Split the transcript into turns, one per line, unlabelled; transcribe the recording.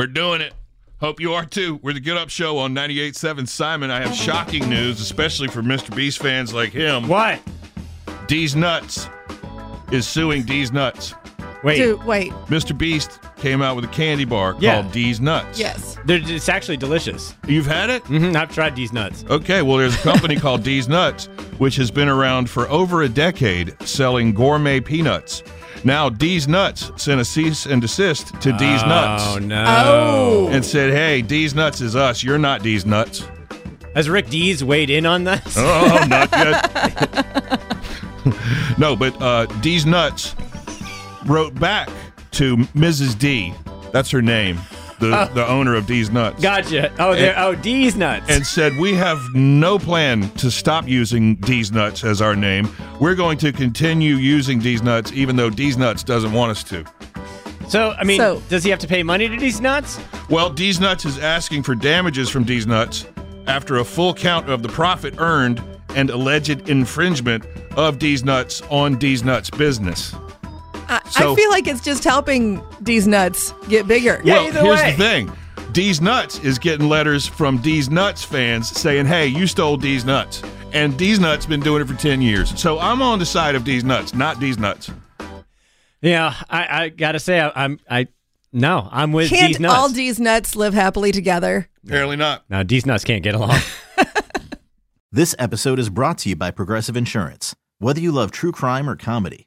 We're doing it. Hope you are too. We're the Get Up Show on 98.7 Simon. I have shocking news, especially for Mr. Beast fans like him.
What?
D's Nuts is suing D's Nuts.
Wait,
Dude, wait.
Mr. Beast came out with a candy bar
Yeah.
called D's Nuts.
Yes.
they're, it's actually delicious.
You've had it?
hmm I've tried these nuts.
Okay, well, there's a company called D's Nuts, which has been around for over a decade selling gourmet peanuts. Now, D's Nuts sent a cease and desist to D's
Oh
Nuts
no!
Oh.
and said, hey, D's Nuts is us. You're not D's Nuts.
Oh.
Has Rick Dees weighed in on this?
Oh, not yet. no, but uh, D's nuts wrote back to Mrs. D. That's her name, the the owner of D's nuts.
Gotcha. Oh, they're oh Dees nuts.
and said, We have no plan to stop using D's Nuts as our name. We're going to continue using D's Nuts, even though D's Nuts doesn't want us to.
so I mean,
So-
does he have to pay money to these nuts?
Well, D's Nuts is asking for damages from D's Nuts after a full count of the profit earned and alleged infringement of D's Nuts on D's Nuts business.
I,
so-
I feel like it's just helping these nuts get bigger.
Yeah,
well,
either
here's
way.
the thing. D's Nuts is getting letters from D's Nuts fans saying, hey, you stole D's Nuts. And D's Nuts been doing it for 10 years. So I'm on the side of D's Nuts, not D's Nuts.
Yeah, I, I gotta say I, I'm I no I'm with these
Can't
nuts.
all these nuts live happily together?
Apparently not.
no, these nuts can't get along.
This episode is brought to you by Progressive Insurance. Whether you love true crime or comedy,